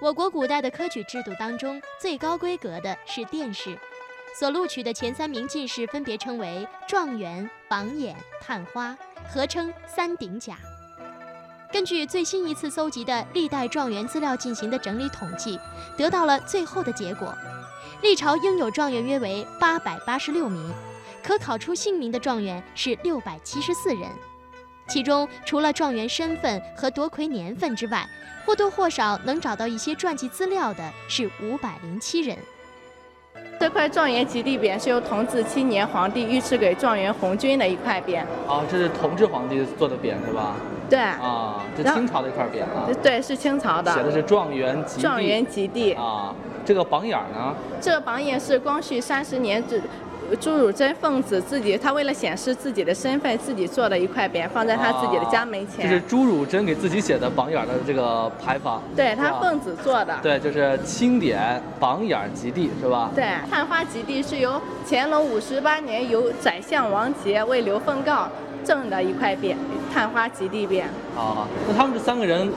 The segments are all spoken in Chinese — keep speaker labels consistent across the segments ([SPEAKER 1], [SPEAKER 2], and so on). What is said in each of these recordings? [SPEAKER 1] 我国古代的科举制度当中，最高规格的是殿试，所录取的前三名进士分别称为状元、榜眼、探花，合称“三鼎甲”。根据最新一次搜集的历代状元资料进行的整理统计，得到了最后的结果：历朝应有状元约为八百八十六名，可考出姓名的状元是六百七十四人。其中，除了状元身份和夺魁年份之外，或多或少能找到一些传记资料的是五百零七人。
[SPEAKER 2] 这块状元及第匾是由同治七年皇帝御赐给状元红军的一块匾。
[SPEAKER 3] 哦，这是同治皇帝做的匾是吧？
[SPEAKER 2] 对，
[SPEAKER 3] 啊，这
[SPEAKER 2] 然后
[SPEAKER 3] 清朝的一块匾啊，
[SPEAKER 2] 对，是清朝
[SPEAKER 3] 写的
[SPEAKER 2] 的。
[SPEAKER 3] 是状元及第
[SPEAKER 2] 状元及第，
[SPEAKER 3] 啊。这个榜眼儿呢，
[SPEAKER 2] 这个榜眼是光绪三十年朱朱汝珍奉子自己，他为了显示自己的身份，自己做了一块匾，放在他自己的家门
[SPEAKER 3] 啊这是
[SPEAKER 2] 前。
[SPEAKER 3] 朱汝珍给自己写的榜眼儿的这个牌坊。
[SPEAKER 2] 对
[SPEAKER 3] 是
[SPEAKER 2] 他
[SPEAKER 3] 吧
[SPEAKER 2] 奉子做的。
[SPEAKER 3] 哦对，就是钦点榜眼儿及第是吧？
[SPEAKER 2] 对，探花及第是由乾隆五十八年由宰相王杰为刘凤告赠的一块匾，探花及第匾。
[SPEAKER 3] 啊，那他们这三个人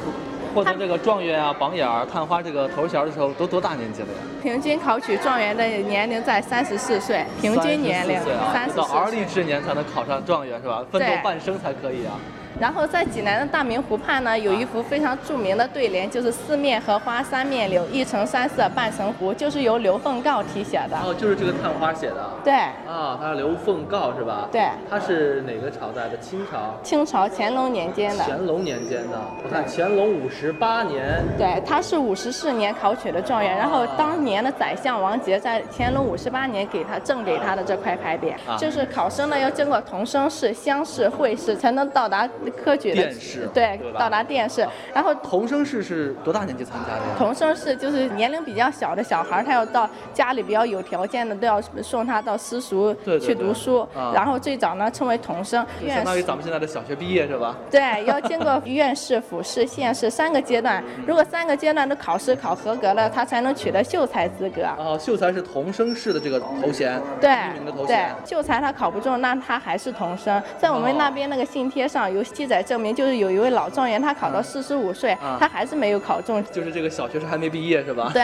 [SPEAKER 3] 获得这个状元啊、榜眼儿、探花这个头衔儿的时候，都多大年纪了呀？
[SPEAKER 2] 平均考取状元的年龄在三十四岁，平均年龄
[SPEAKER 3] 34岁啊，
[SPEAKER 2] 三十
[SPEAKER 3] 到而
[SPEAKER 2] 四
[SPEAKER 3] 立
[SPEAKER 2] 岁。
[SPEAKER 3] 之年才能考上状元是吧？奋斗
[SPEAKER 2] 对
[SPEAKER 3] 半生才可以啊。
[SPEAKER 2] 然后在济南的大明湖畔呢，有一幅非常著名的对联，就是“四面荷花三面柳，一城山色半城湖”，就是由刘凤告题写的。
[SPEAKER 3] 哦，就是这个探花写的。
[SPEAKER 2] 对，
[SPEAKER 3] 啊，他是刘凤告是吧？
[SPEAKER 2] 对
[SPEAKER 3] 他是哪个朝代的？清朝。
[SPEAKER 2] 清朝乾隆年间的。
[SPEAKER 3] 乾隆年间的，我看乾隆五十八年，
[SPEAKER 2] 对，他是五十四年考取的状元，然后当年的宰相王杰在乾隆五十八年给他赠给他的这块牌匾，
[SPEAKER 3] 啊
[SPEAKER 2] 就是考生呢要经过同生试、乡试、会试才能到达科举的
[SPEAKER 3] 殿试
[SPEAKER 2] 对，
[SPEAKER 3] 对吧啊
[SPEAKER 2] 到达殿试。然后
[SPEAKER 3] 童生试是多大年纪参加的呀？
[SPEAKER 2] 同生试就是年龄比较小的小孩儿，他要到家里比较有条件的都要送他到私塾
[SPEAKER 3] 对对
[SPEAKER 2] 去
[SPEAKER 3] 对
[SPEAKER 2] 读书，
[SPEAKER 3] 啊
[SPEAKER 2] 然后最早呢称为童生，
[SPEAKER 3] 就
[SPEAKER 2] 院
[SPEAKER 3] 相当于
[SPEAKER 2] 士
[SPEAKER 3] 咱们现在的小学毕业是吧？
[SPEAKER 2] 对，要经过院士、府试、县试三个阶段，如果三个阶段的考试考合格了，他才能取得秀才资格。
[SPEAKER 3] 啊，秀才是童生试的这个头衔，
[SPEAKER 2] 对
[SPEAKER 3] 第一名的头
[SPEAKER 2] 对
[SPEAKER 3] 衔。，
[SPEAKER 2] 秀才他考不中，那他还是童生。在我
[SPEAKER 3] 哦
[SPEAKER 2] 们那边那个信贴上有记载证明，就是有一位老状元，他考到
[SPEAKER 3] 嗯
[SPEAKER 2] 四十五岁
[SPEAKER 3] 嗯，
[SPEAKER 2] 他还是没有考中。
[SPEAKER 3] 就是这个小学生还没毕业是吧？
[SPEAKER 2] 对，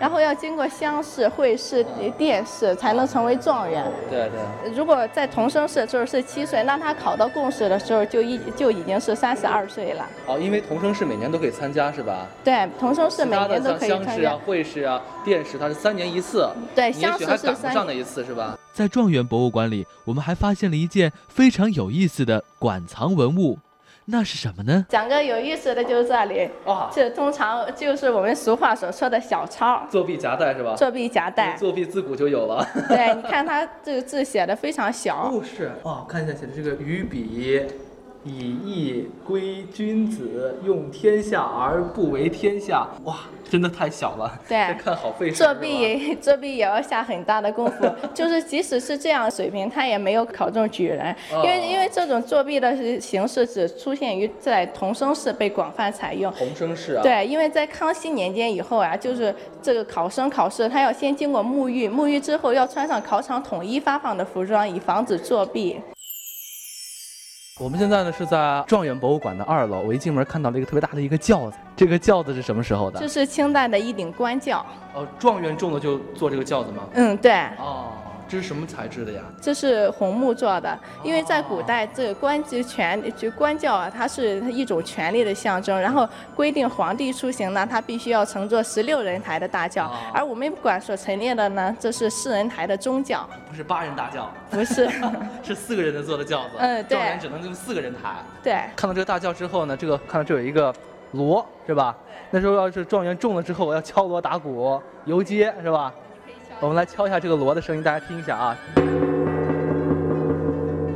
[SPEAKER 2] 然后要经过乡试、会试、殿试才能成为状元。
[SPEAKER 3] 对对。
[SPEAKER 2] 如果在童生试就是十七岁，那他考到贡试的时候就一就已经是三十二岁了。
[SPEAKER 3] 哦，因为童生试每年都可以参加是吧？
[SPEAKER 2] 对，童生
[SPEAKER 3] 其
[SPEAKER 2] 试每
[SPEAKER 3] 他的
[SPEAKER 2] 年都
[SPEAKER 3] 像
[SPEAKER 2] 可以
[SPEAKER 3] 乡
[SPEAKER 2] 参
[SPEAKER 3] 试
[SPEAKER 2] 加。
[SPEAKER 3] 啊、会试啊、殿试，它是三年一次。
[SPEAKER 2] 对
[SPEAKER 3] 你也
[SPEAKER 2] 乡
[SPEAKER 3] 许
[SPEAKER 2] 试
[SPEAKER 3] 还
[SPEAKER 2] 哎是
[SPEAKER 3] 赶不
[SPEAKER 2] 三
[SPEAKER 3] 上那一次是吧？
[SPEAKER 4] 在状元博物馆里，我们还发现了一件非常有意思的馆藏文物，那是什么呢？
[SPEAKER 2] 讲个有意思的就是这里，
[SPEAKER 3] 啊，
[SPEAKER 2] 这通常就是我们俗话所说的小抄，
[SPEAKER 3] 作弊夹带是吧？
[SPEAKER 2] 作弊夹带。
[SPEAKER 3] 作弊自古就有了。
[SPEAKER 2] 对，你看它这个字写的非常小，
[SPEAKER 3] 哦，是哦，看一下写的这个“于彼以义归君子，用天下而不为天下”，哇，真的太小了。
[SPEAKER 2] 对
[SPEAKER 3] 这看好费神。
[SPEAKER 2] 作弊也作弊也要下很大的功夫。就是即使是这样水平，他也没有考中举人，因
[SPEAKER 3] 哦
[SPEAKER 2] 为因为这种作弊的形式只出现于在童生市被广泛采用。
[SPEAKER 3] 童生试啊。。
[SPEAKER 2] 对，因为在康熙年间以后啊，就是这个考生考试，他要先经过沐浴，沐浴之后要穿上考场统一发放的服装，以防止作弊。
[SPEAKER 3] 我们现在呢是在状元博物馆的二楼，我一进门看到了一个特别大的一个轿子，这个轿子是什么时候的
[SPEAKER 2] 这？是清代的一顶官轿。
[SPEAKER 3] 哦，状元中了就做这个轿子吗？
[SPEAKER 2] 嗯，对，
[SPEAKER 3] 哦，这是什么材质的呀？
[SPEAKER 2] 这是红木做的，因为在古代这个官职权就官轿啊，它是一种权力的象征。然后规定皇帝出行呢，他必须要乘坐十六人抬的大轿
[SPEAKER 3] 哦，
[SPEAKER 2] 而我们馆所陈列的呢，这是四人抬的中轿，
[SPEAKER 3] 不是八人大轿，
[SPEAKER 2] 不是。
[SPEAKER 3] 是四个人能坐的轿子。
[SPEAKER 2] 嗯对
[SPEAKER 3] 状元只能用四个人抬。
[SPEAKER 2] 对，
[SPEAKER 3] 看到这个大轿之后呢，这个看到这有一个锣是吧？那时候要是状元中了之后，我要敲锣打鼓游街是吧？我们来敲一下这个锣的声音，大家听一下啊。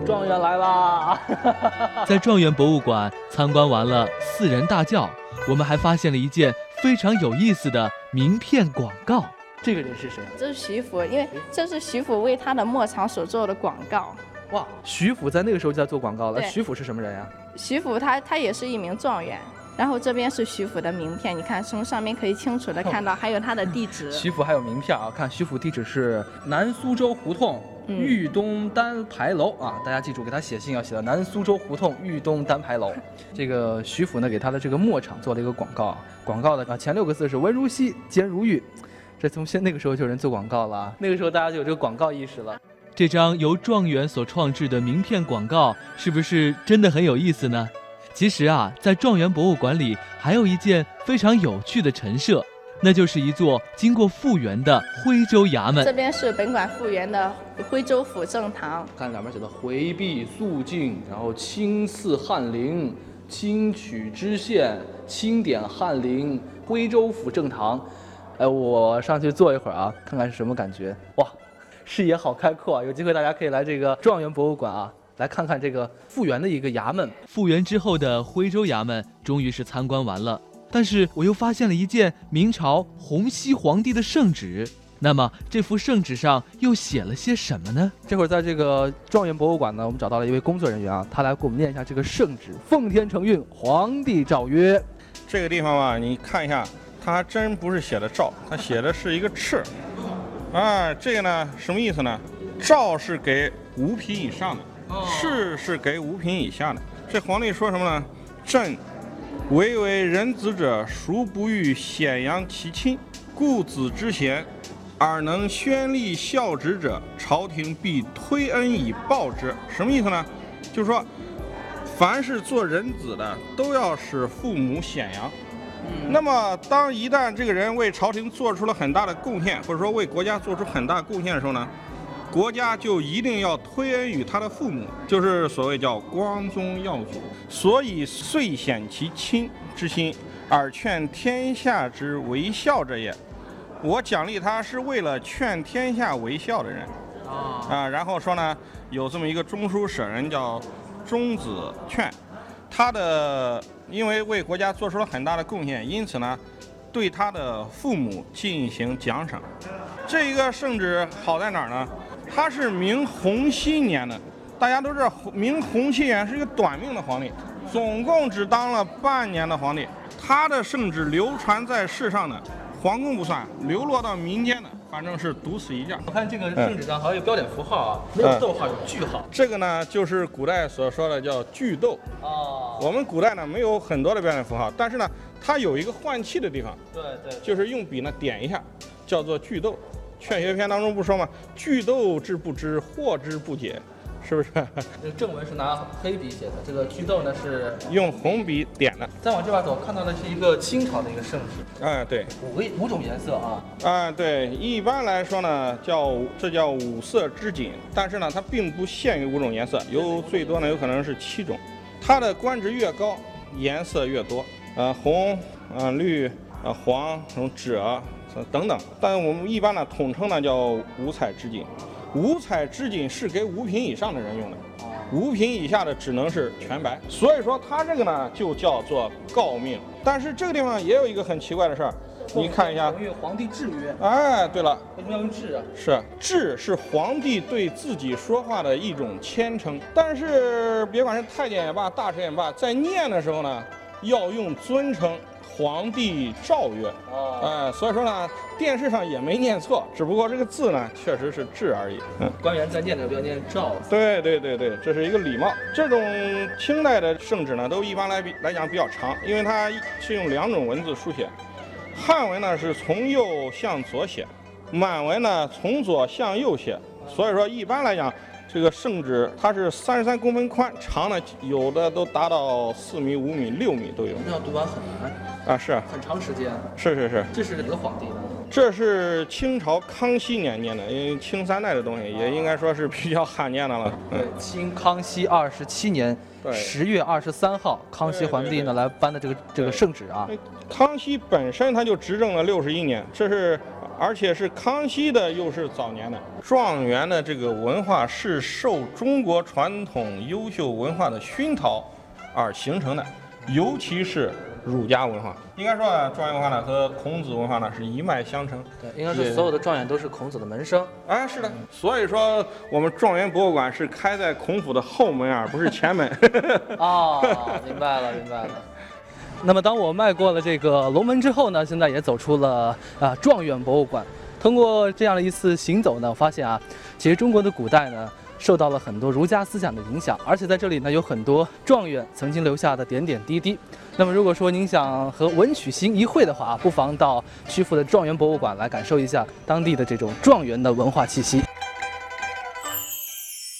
[SPEAKER 3] 状元来啦！
[SPEAKER 4] 在状元博物馆参观完了四人大轿，我们还发现了一件非常有意思的名片广告。
[SPEAKER 3] 这个人是谁？
[SPEAKER 2] 这是徐福，因为这是徐福为他的墨厂所做的广告。
[SPEAKER 3] 哇，徐府在那个时候就在做广告了。
[SPEAKER 2] 对
[SPEAKER 3] 徐府是什么人呀、
[SPEAKER 2] 徐福他他也是一名状元，然后这边是徐福的名片，你看从上面可以清 楚的看到，还有他的地址。
[SPEAKER 3] 徐府还有名片啊，看徐府地址是南苏州胡同
[SPEAKER 2] 嗯
[SPEAKER 3] 豫东单牌楼啊，大家记住给他写信要写到南苏州胡同豫东单牌楼。这个徐府呢给他的这个墨厂做了一个广告啊，广告的啊前六个字是文如溪，坚如玉。这从现那个时候就有人做广告了啊，那个时候大家就有这个广告意识了。
[SPEAKER 4] 这张由状元所创制的名片广告是不是真的很有意思呢？其实啊，在状元博物馆里还有一件非常有趣的陈设，那就是一座经过复原的徽州衙门
[SPEAKER 2] 这。边是本馆复原的徽州府正堂，
[SPEAKER 3] 看两边写的回避肃静，然后清祀翰林、清曲知县、清点翰林、徽州府正堂。哎，我上去坐一会儿啊，看看是什么感觉。哇，视野好开阔啊！有机会大家可以来这个状元博物馆啊，来看看这个复原的一个衙门。
[SPEAKER 4] 复原之后的徽州衙门终于是参观完了，但是我又发现了一件明朝洪熙皇帝的圣旨。那么这幅圣旨上又写了些什么呢？
[SPEAKER 3] 这会儿在这个状元博物馆呢，我们找到了一位工作人员啊，他来给我们念一下这个圣旨：奉天承运，皇帝诏曰。
[SPEAKER 5] 这个地方吧，你看一下，它还真不是写的诏，它写的是一个敕。啊，这个呢，什么意思呢？诏是给五品以上的，敕是给五品以下的。这皇帝说什么呢？朕唯为人子者，孰不欲显扬其亲？故子之贤，尔能宣立孝职者，朝廷必推恩以报之。什么意思呢？就是说，凡是做人子的，都要使父母显扬。那么，当一旦这个人为朝廷做出了很大的贡献，或者说为国家做出很大贡献的时候呢，国家就一定要推恩于他的父母，就是所谓叫光宗耀祖。所以，遂显其亲之心，而劝天下之为孝者也。我奖励他是为了劝天下为孝的人。啊，然后说呢，有这么一个中书舍人叫钟子劝，他的因为为国家做出了很大的贡献，因此呢，对他的父母进行奖赏。这一个圣旨好在哪儿呢？他是明洪熙年的，大家都知道明洪熙年是一个短命的皇帝，总共只当了半年的皇帝。他的圣旨流传在世上的，皇宫不算，流落到民间的，反正是独此一件。
[SPEAKER 3] 我看这个
[SPEAKER 5] 圣
[SPEAKER 3] 旨上好像有标点符号啊，
[SPEAKER 5] 没有逗
[SPEAKER 3] 号，有句号
[SPEAKER 5] 这个呢，就是古代所说的叫句逗。
[SPEAKER 3] 哦。
[SPEAKER 5] 我们古代呢没有很多的标点符号，但是呢，它有一个换气的地方，
[SPEAKER 3] 对对
[SPEAKER 5] 就是用笔呢点一下，叫做句逗。《劝学篇》当中不说吗？句逗之不知，惑之不解，是不是？
[SPEAKER 3] 这个正文是拿黑笔写的，这个句逗呢是
[SPEAKER 5] 用红笔点的。
[SPEAKER 3] 再往这边走，看到的是一个清朝的一个圣旨，
[SPEAKER 5] 嗯，对，
[SPEAKER 3] 五个五种颜色啊。
[SPEAKER 5] 啊，对，一般来说呢，叫这叫五色织锦，但是呢，它并不限于五种颜色，有最多呢有可能是七种。它的官职越高，颜色越多，呃，红，呃，绿，呃，黄，什么赭啊等等。但我们一般呢统称呢叫五彩织锦。五彩织锦是给五品以上的人用的，五品以下的只能是全白。所以说它这个呢就叫做诰命。但是这个地方也有一个很奇怪的事儿，你看一下。
[SPEAKER 3] 因为皇帝制约，
[SPEAKER 5] 哎，对了，
[SPEAKER 3] 为什么要用制啊？
[SPEAKER 5] 是智是皇帝对自己说话的一种谦称，但是别管是太监也罢，大臣也罢，在念的时候呢，要用尊称。皇帝诏曰，
[SPEAKER 3] 哦，
[SPEAKER 5] 哎、所以说呢，电视上也没念错，只不过这个字呢，确实是“智”而已。嗯，
[SPEAKER 3] 官员在念的时候要念诏。
[SPEAKER 5] 对对对对，这是一个礼貌。这种清代的圣旨呢，都一般来比来讲比较长，因为它是用两种文字书写。汉文呢是从右向左写，满文呢从左向右写。所以说，一般来讲，这个圣旨它是三十三公分宽，长呢有的都达到四米、五米、六米都有
[SPEAKER 3] 这样读完很难，
[SPEAKER 5] 啊。是
[SPEAKER 3] 很长时间。
[SPEAKER 5] 是是是，
[SPEAKER 3] 这是哪个皇帝呢？
[SPEAKER 5] 这是清朝康熙年间的，因为清三代的东西也应该说是比较罕见的了。嗯。
[SPEAKER 3] 对，清康熙二十七年
[SPEAKER 5] 对
[SPEAKER 3] 十月二十三号，康熙皇帝呢
[SPEAKER 5] 对对对
[SPEAKER 3] 来颁的这个这个
[SPEAKER 5] 对
[SPEAKER 3] 圣旨啊。
[SPEAKER 5] 康熙本身他就执政了六十一年，这是而且是康熙的又是早年的状元的这个文化是受中国传统优秀文化的熏陶而形成的，尤其是儒家文化。应该说啊，状元文化呢和孔子文化呢是一脉相承。
[SPEAKER 3] 对，应该是所有的状元都是孔子的门生。
[SPEAKER 5] 哎，是的，所以说我们状元博物馆是开在孔府的后门啊而不是前门。
[SPEAKER 3] 哦，明白了，明白了。那么，当我迈过了这个龙门之后呢，现在也走出了啊、状元博物馆。通过这样的一次行走呢，我发现啊，其实中国的古代呢，受到了很多儒家思想的影响，而且在这里呢，有很多状元曾经留下的点点滴滴。那么，如果说您想和文曲星一会的话，不妨到曲阜的状元博物馆来感受一下当地的这种状元的文化气息。